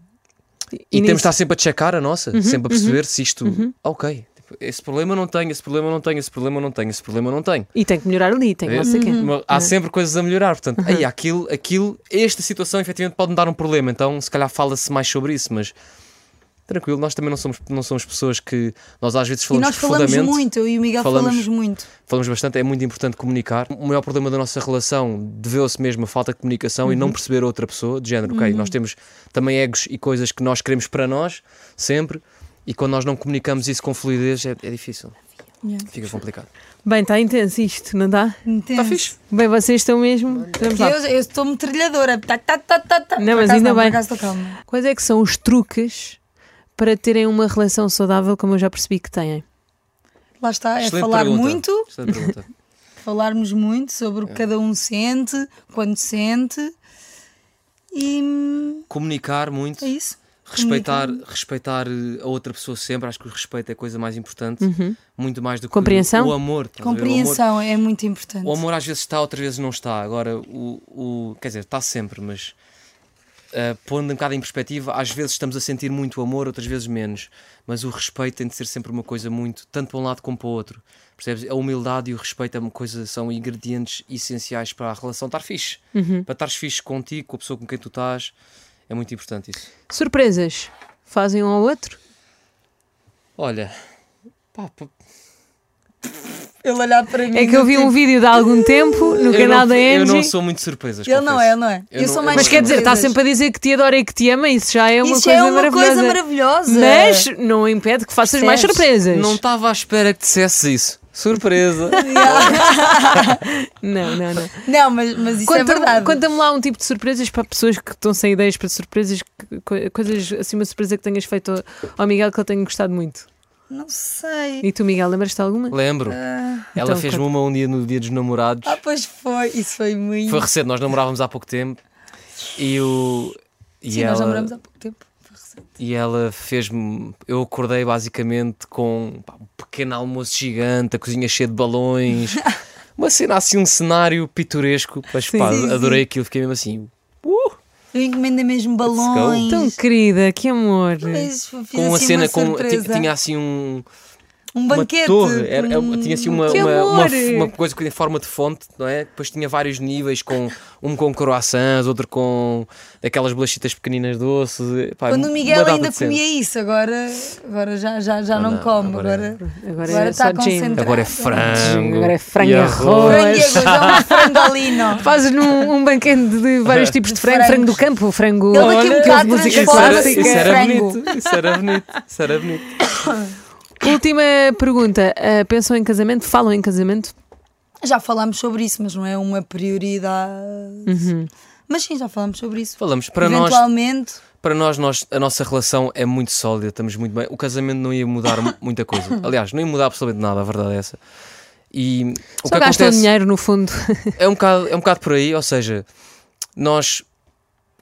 E,
E
temos de
nisso-
estar sempre a checar a nossa, sempre a perceber se isto. Ok, tipo, esse problema não tenho, esse problema não tenho, esse problema não tenho, esse problema não tenho.
E tem que melhorar ali, tem que não
É,
sei quê.
Uhum.
uma- Há sempre coisas a melhorar, portanto, ei, aquilo, aquilo, esta situação efetivamente pode me dar um problema, então se calhar fala-se mais sobre isso, mas tranquilo, nós também não somos, não somos pessoas que nós às vezes
E
falamos
nós
de
falamos
fundamento,
muito, eu e o Miguel
Falamos-
falamos muito.
falamos bastante, é muito importante comunicar. O maior problema da nossa relação deveu-se mesmo a falta de comunicação e não
Uhum.
perceber a outra pessoa, de género, ok, nós temos também egos e coisas que nós queremos para nós, sempre, e quando nós não comunicamos isso com fluidez é, é difícil.
Yeah.
Fica complicado.
Bem, está intenso isto, não dá?
Intenso.
Bem, vocês estão mesmo. Vamos lá.
Tá Eu eu estou-me trilhadora. Tá, tá, tá, tá, tá.
Não,
Por
mas
acaso
ainda
não, por
bem.
acaso estou calma.
Quais é que são os truques para terem uma relação saudável, como eu já percebi que têm?
Lá está, é
Excelente
falar
pergunta. É.
muito,
Excelente pergunta.
falarmos muito sobre o que cada um sente, quando sente. E hum,
Comunicar muito,
é isso.
respeitar, respeitar eh, a outra pessoa sempre, acho que o respeito é a coisa mais importante,
Uhum.
muito mais do que
Compreensão?
o amor. estás a ver? O amor-
Compreensão é muito importante.
O amor às vezes está, outras vezes não está. Agora, o, o- quer dizer, está sempre, mas ah, pondo um bocado em perspectiva, às vezes estamos a sentir muito amor, outras vezes menos. Mas o respeito tem de ser sempre uma coisa muito, tanto para um lado como para o outro. Percebes? A humildade e o respeito é uma coisa, são ingredientes essenciais para a relação estar fixe.
Uhum.
Para estares fixe contigo, com a pessoa com quem tu estás. É muito importante isso.
Surpresas. Fazem um ao outro?
Olha, pá, pá,
Ele olhar para mim.
É que eu vi um vídeo de há algum tempo no
eu,
canal
não,
da
eu não
Angie.
sou muito de surpresas.
Ele não é,
confesso.
ele não é. Eu,
Eu
sou
não-
mais
eu
Mas quer dizer, está
surpresas.
sempre a dizer que te adora e que te ama, isso já é uma
Isso
coisa
é tá uma
maravilhosa.
coisa maravilhosa.
Mas não impede que faças mais
Percebes?
surpresas.
Não tá- estava à espera que dissesse isso. Surpresa!
não, não. não.
Não, mas, mas isso é
Conta-me
verdade.
conta-me lá um tipo de surpresas para pessoas que estão sem ideias para surpresas, que- co- coisas assim, uma surpresa que tenhas feito ao- ao Miguel que ele tenha gostado muito.
Não sei.
E tu, Miguel, lembras-te de alguma?
Lembro. Ela
Então,
fez-me
conta.
uma um dia no dia dos namorados.
Ah, pois foi. Isso foi muito.
Foi recente, nós namorávamos há pouco tempo. E o. E
Sim,
ela,
nós namoramos há pouco tempo. Foi recente.
E ela fez-me. Eu acordei basicamente com pá, um pequeno almoço gigante, a cozinha cheia de balões. uma cena assim, um cenário pitoresco. Mas pá,
Sim, sim.
adorei aquilo, fiquei mesmo assim.
Eu encomendei mesmo balões.
Tão querida, que amor.
Mas fiz
Então, Com uma
assim
cena
uma
com. ti-
surpresa.
Tinha assim um.
um
uma
banquete.
torre, era- era-
com-
tinha assim uma,
Que
uma, uma,
amor!
f- uma coisa em forma de fonte, não é? Depois tinha vários níveis, com um com croissants, outro com aquelas bolachitas pequeninas doces. e, Pá,
Quando o
uma
Miguel
data
ainda
de cena.
comia isso, agora, agora já, já, já não,
não,
come.
agora-
Agora,
Agora,
Agora tá
é
está
só Jim.
concentrado.
Agora é frango.
Agora é frango
e
e arroz.
frango e arroz, é um frangolino.
Fazes num um banquete de vários tipos de frango,
Frangos.
frango do campo, frango
Ele aqui um
é que ouve
bocado
música
Isso era,
transforma-se
clássica.
isso era
Frango.
bonito, isso era bonito, isso era bonito.
Última pergunta. Ah, pensam em casamento? Falam em casamento?
Já falámos sobre isso, mas não é uma prioridade. Mas sim, já falámos sobre isso.
Falamos, para nós,
Eventualmente,
para nós, nós, a nossa relação é muito sólida, estamos muito bem. O casamento não ia mudar mu- muita coisa. Aliás, não ia mudar absolutamente nada, a verdade é essa. E o
Só
que
gastam
acontece
dinheiro, no fundo.
é um bocado, é um bocado por aí, ou seja, nós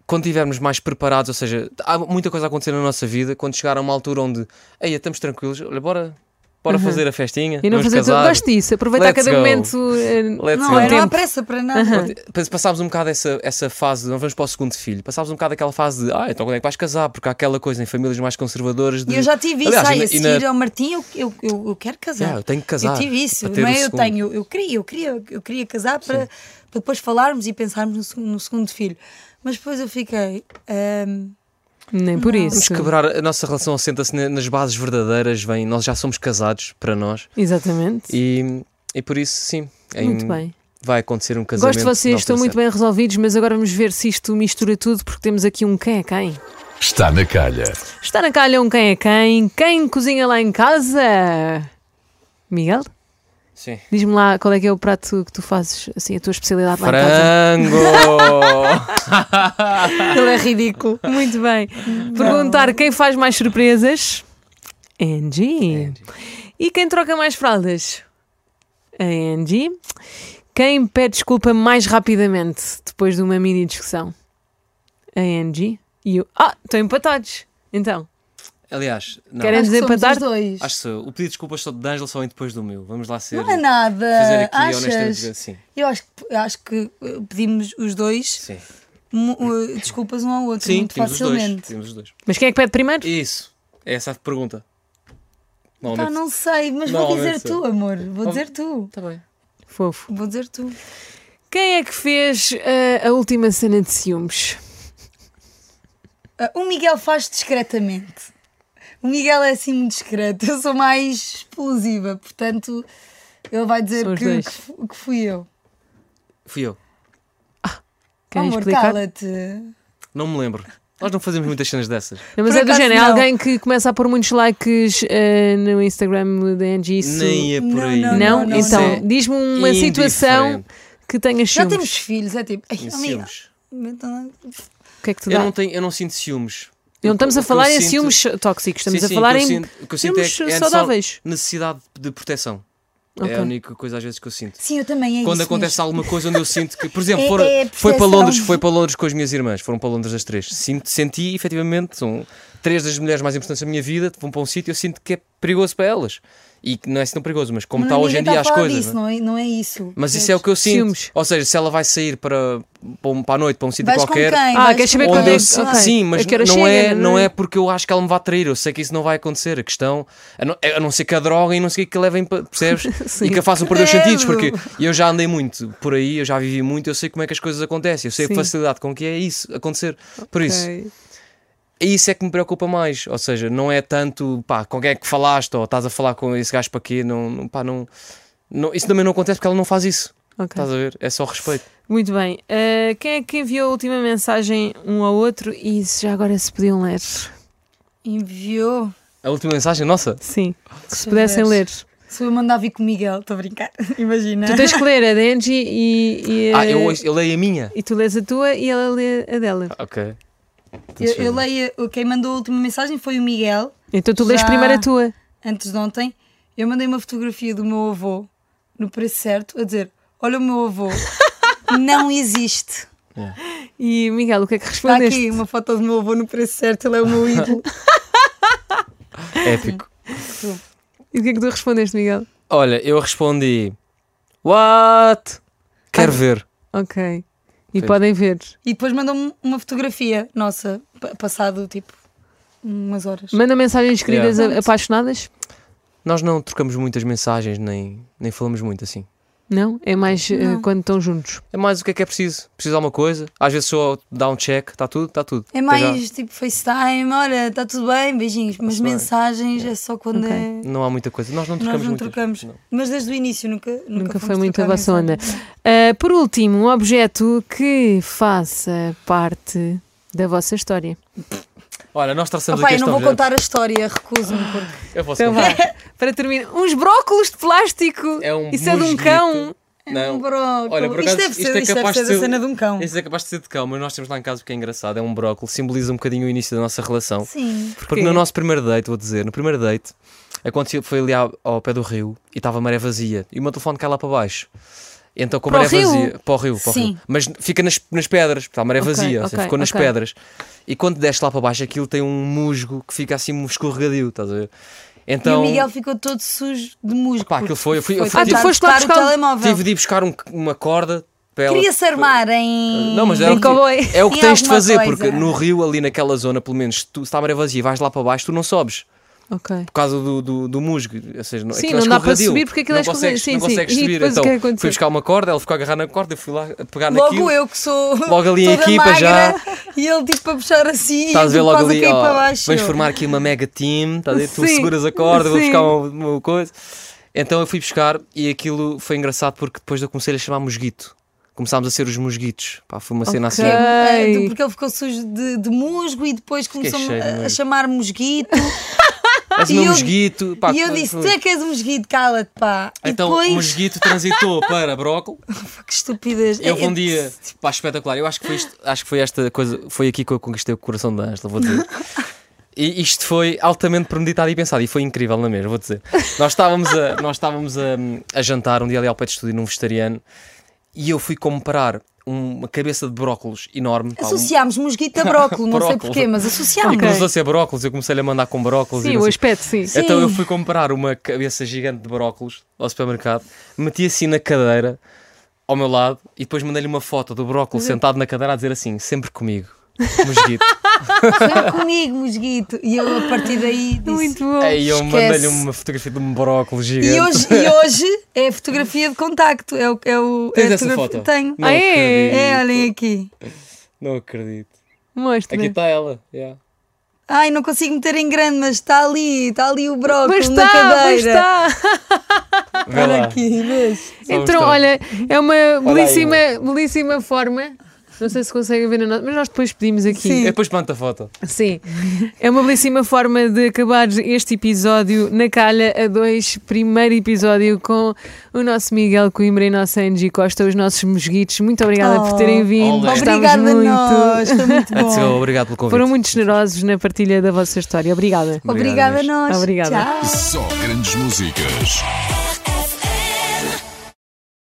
quando estivermos mais preparados, ou seja, há muita coisa a acontecer na nossa vida, quando chegar a uma altura onde aí estamos tranquilos, olha, bora, bora fazer a festinha,
Uhum. E não
vamos
fazer tudo.
casar.
Gosto disso. Aproveitar
Let's
cada
go.
momento. eh,
Let's
não,
go.
é, não há
Tempo.
pressa para nada.
Pas- Passámos um bocado essa, essa fase, não vamos para o segundo filho, passámos um bocado aquela fase de ah, então quando é que vais casar? Porque há aquela coisa em famílias mais conservadoras de
E eu já tive isso.
Aliás,
Ai,
e na-
a
e na-
seguir ao Martim, eu, eu, eu, eu quero casar.
Yeah, eu tenho que casar
Eu tive isso.
para ter
Não
o
é? Eu
segundo.
tenho, eu queria, eu queria, eu queria casar para, para depois falarmos e pensarmos no, seg- no segundo filho. Mas depois eu fiquei. ehm, ahm,
Nem por
Vamos
isso.
quebrar a nossa relação, assenta-se na- nas bases verdadeiras, vem, nós já somos casados para nós
Exatamente.
e, e por isso sim, é um em-
Muito bem.
vai acontecer um casamento.
Gosto de vocês,
na
estão
altura
muito
certa.
bem resolvidos, mas agora vamos ver se isto mistura tudo, porque temos aqui um quem é quem.
Está na calha.
Está na calha um quem é quem. Quem cozinha lá em casa? Miguel?
Sim.
Diz-me lá qual é que é o prato que tu fazes, assim, a tua especialidade lá em casa.
Frango!
Ele é ridículo. Muito bem. Perguntar quem faz mais surpresas? Angie. E quem troca mais fraldas? A Angie. Quem pede desculpa mais rapidamente depois de uma mini discussão? A Angie. E eu. Ah, estão empatados. Então,
Aliás, não.
Querem-
acho que somos
desempatar?
os dois.
Acho que o pedido de desculpas só de D'Angelo só vem depois do meu. Vamos lá ser.
Não é nada.
Fazer aqui, honestamente,
Achas?
sim.
Eu acho, que- acho que uh, pedimos os dois
Sim,
mu- uh, desculpas um ao outro
sim
muito
temos, os dois,
facilmente.
temos os dois.
mas quem é que pede primeiro?
Isso. É essa a pergunta.
Então
Pá, não sei, mas vou
Normalmente
dizer
sim.
tu, amor. Vou dizer tu.
Está bem.
Fofo.
Vou dizer tu.
Quem é que fez eh, a última cena de ciúmes?
Ah, o Miguel faz discretamente. O Miguel é assim muito discreto. Eu sou mais explosiva, portanto, ele vai dizer
São os
que,
dois.
que fu- que fui eu.
Fui eu.
Querem
amor,
explicar?
cala-te.
Não me lembro. Nós não fazemos muitas cenas dessas.
Não, mas
Por
é do
acaso
género, é
não.
alguém que começa a pôr muitos likes eh, no Instagram da Angie. Isso...
Nem é por
Não,
aí. é
não,
Não?
não,
então,
não.
diz-me uma situação
indiferente.
que tenha
Já
ciúmes.
temos filhos, é tipo. Ai, amiga,
Ciúmes.
então,
O que é que te
Eu
dá?
não, tenho, eu não sinto ciúmes.
Não estamos
O
a
que
falar
eu
em
sinto-
ciúmes tóxicos, estamos
Sim,
a
sim,
falar
o
em
que eu sinto- o que eu sinto é-
ciúmes
é só
saudáveis.
necessidade de proteção.
Ok.
É a única coisa às vezes que eu sinto.
Sim, eu também é
quando
isso
acontece
mesmo.
alguma coisa onde eu sinto que, por exemplo,
É-
fora-
é a
foi para
percepção.
Londres, foi para Londres com as minhas irmãs, foram para Londres as três. Sinto, senti efetivamente um, três das mulheres mais importantes da minha vida vão para um sítio, eu sinto que é perigoso para elas. E que não é assim tão perigoso, mas como
Mas
está hoje em
ninguém
dia
tá a
as
falar
coisas.
disso,
não é?
não, é, não é isso.
Mas isso é o que eu sinto.
Ciúmes.
Ou seja, se ela vai sair para, para, um- para a noite, para um sítio
Vais com
qualquer.
quem?
Ah,
Vais
queres
com
saber
quem?
quando
Onde
é
eu,
que-
sei-
ok.
Sim, mas
A que hora
não,
chega,
é,
não
não
é?
é porque eu acho que ela me vai trair. Eu sei que isso não vai acontecer. A questão, a não, a não ser que a droga e não sei o que a levem, pa- percebes?
Sim.
e que a façam perder os
Credo.
sentidos. Porque eu já andei muito por aí, eu já vivi muito, eu sei como é que as coisas acontecem. Eu sei
Sim.
a facilidade com que é isso acontecer. Por isso,
Ok.
é isso é que me preocupa mais. Ou seja, não é tanto pá, com quem é que falaste ou estás a falar com esse gajo para quê? Não, não, pá, não, não- isso também não acontece porque ela não faz isso.
Ok.
Estás a ver? É só respeito.
Muito bem. Ah, quem é que enviou a última mensagem um ao outro e se já agora se podiam ler?
Enviou.
A última mensagem, nossa.
Sim, se pudessem ler.
Se eu mandar vir com o Miguel, estou a brincar. Imagina.
Tu tens que ler é a da Angie e, e a-
Ah, eu, Ah. eu leio a minha.
e tu lês a tua e ela lê a dela.
Ok.
Eu, eu leio. Quem mandou a última mensagem foi o Miguel,
Então tu lês
Já.
primeiro a tua.
antes de ontem. Eu mandei uma fotografia do meu avô, no preço certo, a dizer: Olha o meu avô, não existe.
E Miguel, o que é que
Está
respondeste?
aqui uma foto do meu avô no preço certo, ele é o meu ídolo.
Épico.
E o que é que tu respondeste, Miguel?
Olha, eu respondi. What? Quero ver.
Ok. E
Sim.
podem ver.
E depois mandou-me uma fotografia nossa, pa- passado tipo umas horas.
Manda mensagens escritas
Yeah.
a- apaixonadas?
Nós não trocamos muitas mensagens, nem, nem falamos muito assim.
Não? É mais ah,
Não.
quando estão juntos.
É mais o que é que é preciso. Preciso de alguma coisa. Às vezes só dá um check, está tudo, está tudo.
É
Até Então já. Tá
mais tipo FaceTime, olha, está tudo bem, beijinhos, mas
bem.
mensagens é só quando
Ok.
é.
Não há muita coisa. Nós não
Nós
trocamos
não
muitas.
trocamos.
Não.
Mas desde o início nunca Nunca,
Nunca
fomos
foi muito
trocar
a vossa onda.
mensagem.
Ah, por último, um objeto que faça parte da vossa história.
Olha, nós traçamos
Opa, eu
aqui este
não vou
objeto.
contar a história, recuso-me. Porque...
Eu posso
Então
contar.
vá. Para terminar, uns brócolos de plástico.
É um
Isso é de um
mosquito.
cão.
Não.
Brócolis.
Olha, por
oh, isto
acaso,
deve ser,
isto é
isto deve
capaz
ser
de
da
ser-
cena de um cão.
Esse é capaz de ser de cão, mas nós temos lá em casa o que é engraçado. É um brócolis, simboliza um bocadinho o início da nossa relação.
Sim.
Porque no nosso primeiro date, vou dizer, no primeiro date, aconteceu, foi ali ao, ao pé do rio e estava a maré vazia e o meu telefone cai lá para baixo. Então com a
Para o
maré
rio?
vazia, para o rio, para o
Sim.
rio. Mas fica nas, nas pedras, está a maré
Ok,
vazia, ou
ok,
seja, ficou nas
ok.
pedras. E quando desce lá para baixo, aquilo tem um musgo que fica assim um escorregadio, estás a ver? Então,
E o Miguel ficou todo sujo de musgo.
Pá, aquilo foi- eu fui- eu fui-
Ah, tu
tentar
foste lá
tocar o
buscar-
telemóvel.
tive de ir buscar um- uma corda para ela-
Queria-se armar em.
Não, mas é
Em
o que,
cowboy.
é o que
Em
tens de
alguma
fazer,
coisa.
porque no rio, ali naquela zona, pelo menos, tu, se está a maré vazia e vais lá para baixo, tu não sobes.
Ok.
por causa do, do, do musgo. Ou seja, não-
Sim,
aquilo é
não dá para
escorregadio.
subir porque aquilo é
não consegues,
escorregadio.
não
Sim, sim.
consegues
E
subir.
depois o
Então
que é que aconteceu?
fui buscar uma corda, ele ficou a agarrar na corda, eu fui lá a pegar naquilo.
Logo eu que sou
Logo ali a
toda
equipa
magra,
já.
E ele tipo para puxar assim
Estás a
e
ver
eu
logo
quase
ali,
caí
ó,
para baixo.
vamos formar aqui uma mega team, estás a ver? tu
Sim,
seguras a corda, vou
sim.
buscar uma, uma coisa. Então eu fui buscar e aquilo foi engraçado porque depois eu comecei a chamar mosguito. Começámos a ser os mosguitos. Pá, foi uma cena
Ok.
assim.
É,
Ei.
Porque ele ficou sujo de, de musgo e depois começou
cheio de
a, a
musgo.
chamar mosquito.
És o
E
meu
eu-
mosguito. Pá,
e eu
foi-
disse:
foi-
Tu é que és um mosquito, cala-te, pá.
Então
e depois,
o mosguito transitou para brócolis.
que estupidez.
Eu vou um
É-
dia, pá, espetacular. Eu acho que foi isto, acho que foi esta coisa, foi aqui que eu conquistei o coração da Angela, vou dizer. E isto foi altamente premeditado e pensado, e foi incrível na mesma, vou dizer. Nós estávamos a, nós estávamos a, a jantar um dia ali ao pé de estúdio num vegetariano e eu fui comprar um- uma cabeça de brócolos enorme. pá, um-
Associámos mosquito a brócolis, não sei
Brócolis.
porquê, mas associámos.
e cruzou-se a brócolos, eu comecei a mandar com brócolos. e
Sim,
não
o
sei-
aspecto, sim.
Então eu fui comprar uma cabeça gigante de brócolos ao supermercado, meti assim na cadeira ao meu lado e depois mandei-lhe uma foto do brócolis
Uhum.
sentado na cadeira a dizer assim: sempre comigo. Mosquito.
Vem comigo, mosquito. E eu a partir daí disse.
Muito bom.
Aí eu
Oh, Esquece.
mandei-lhe uma fotografia de um brócolis gigante.
E hoje, e hoje é a fotografia de contacto. É o, é o,
Tens
é a
essa
fotografia-
foto?
Tenho.
Não
Ah, é?
acredito.
É, olhem aqui.
Não acredito.
Mostra.
Aqui está ela. yeah.
Ai, não consigo meter em grande, mas está ali, está ali o
Pois
brócolis tá na
está, pois
cadeira.
está.
Vê
Olha
lá.
aqui, vês?
Só um
Então,
instante.
olha, é uma belíssima,
aí,
belíssima forma. Não sei se conseguem ver na nota, mas nós depois pedimos aqui.
Sim.
Eu É, depois manda a foto.
Sim. É uma belíssima forma de acabar este episódio na calha a dois, primeiro episódio com o nosso Miguel Coimbra e a nossa Angie Costa, os nossos mosguitos. Muito obrigada por terem
Oh,
vindo.
olé.
Gostámos
Obrigada a
muito.
nós, foi muito
Antes, eu,
bom.
obrigado pelo convite.
Foram muito generosos na partilha da vossa história. Obrigada.
Obrigada
Obrigado,
a
Inês.
nós.
Obrigada.
Tchau.
Só grandes músicas.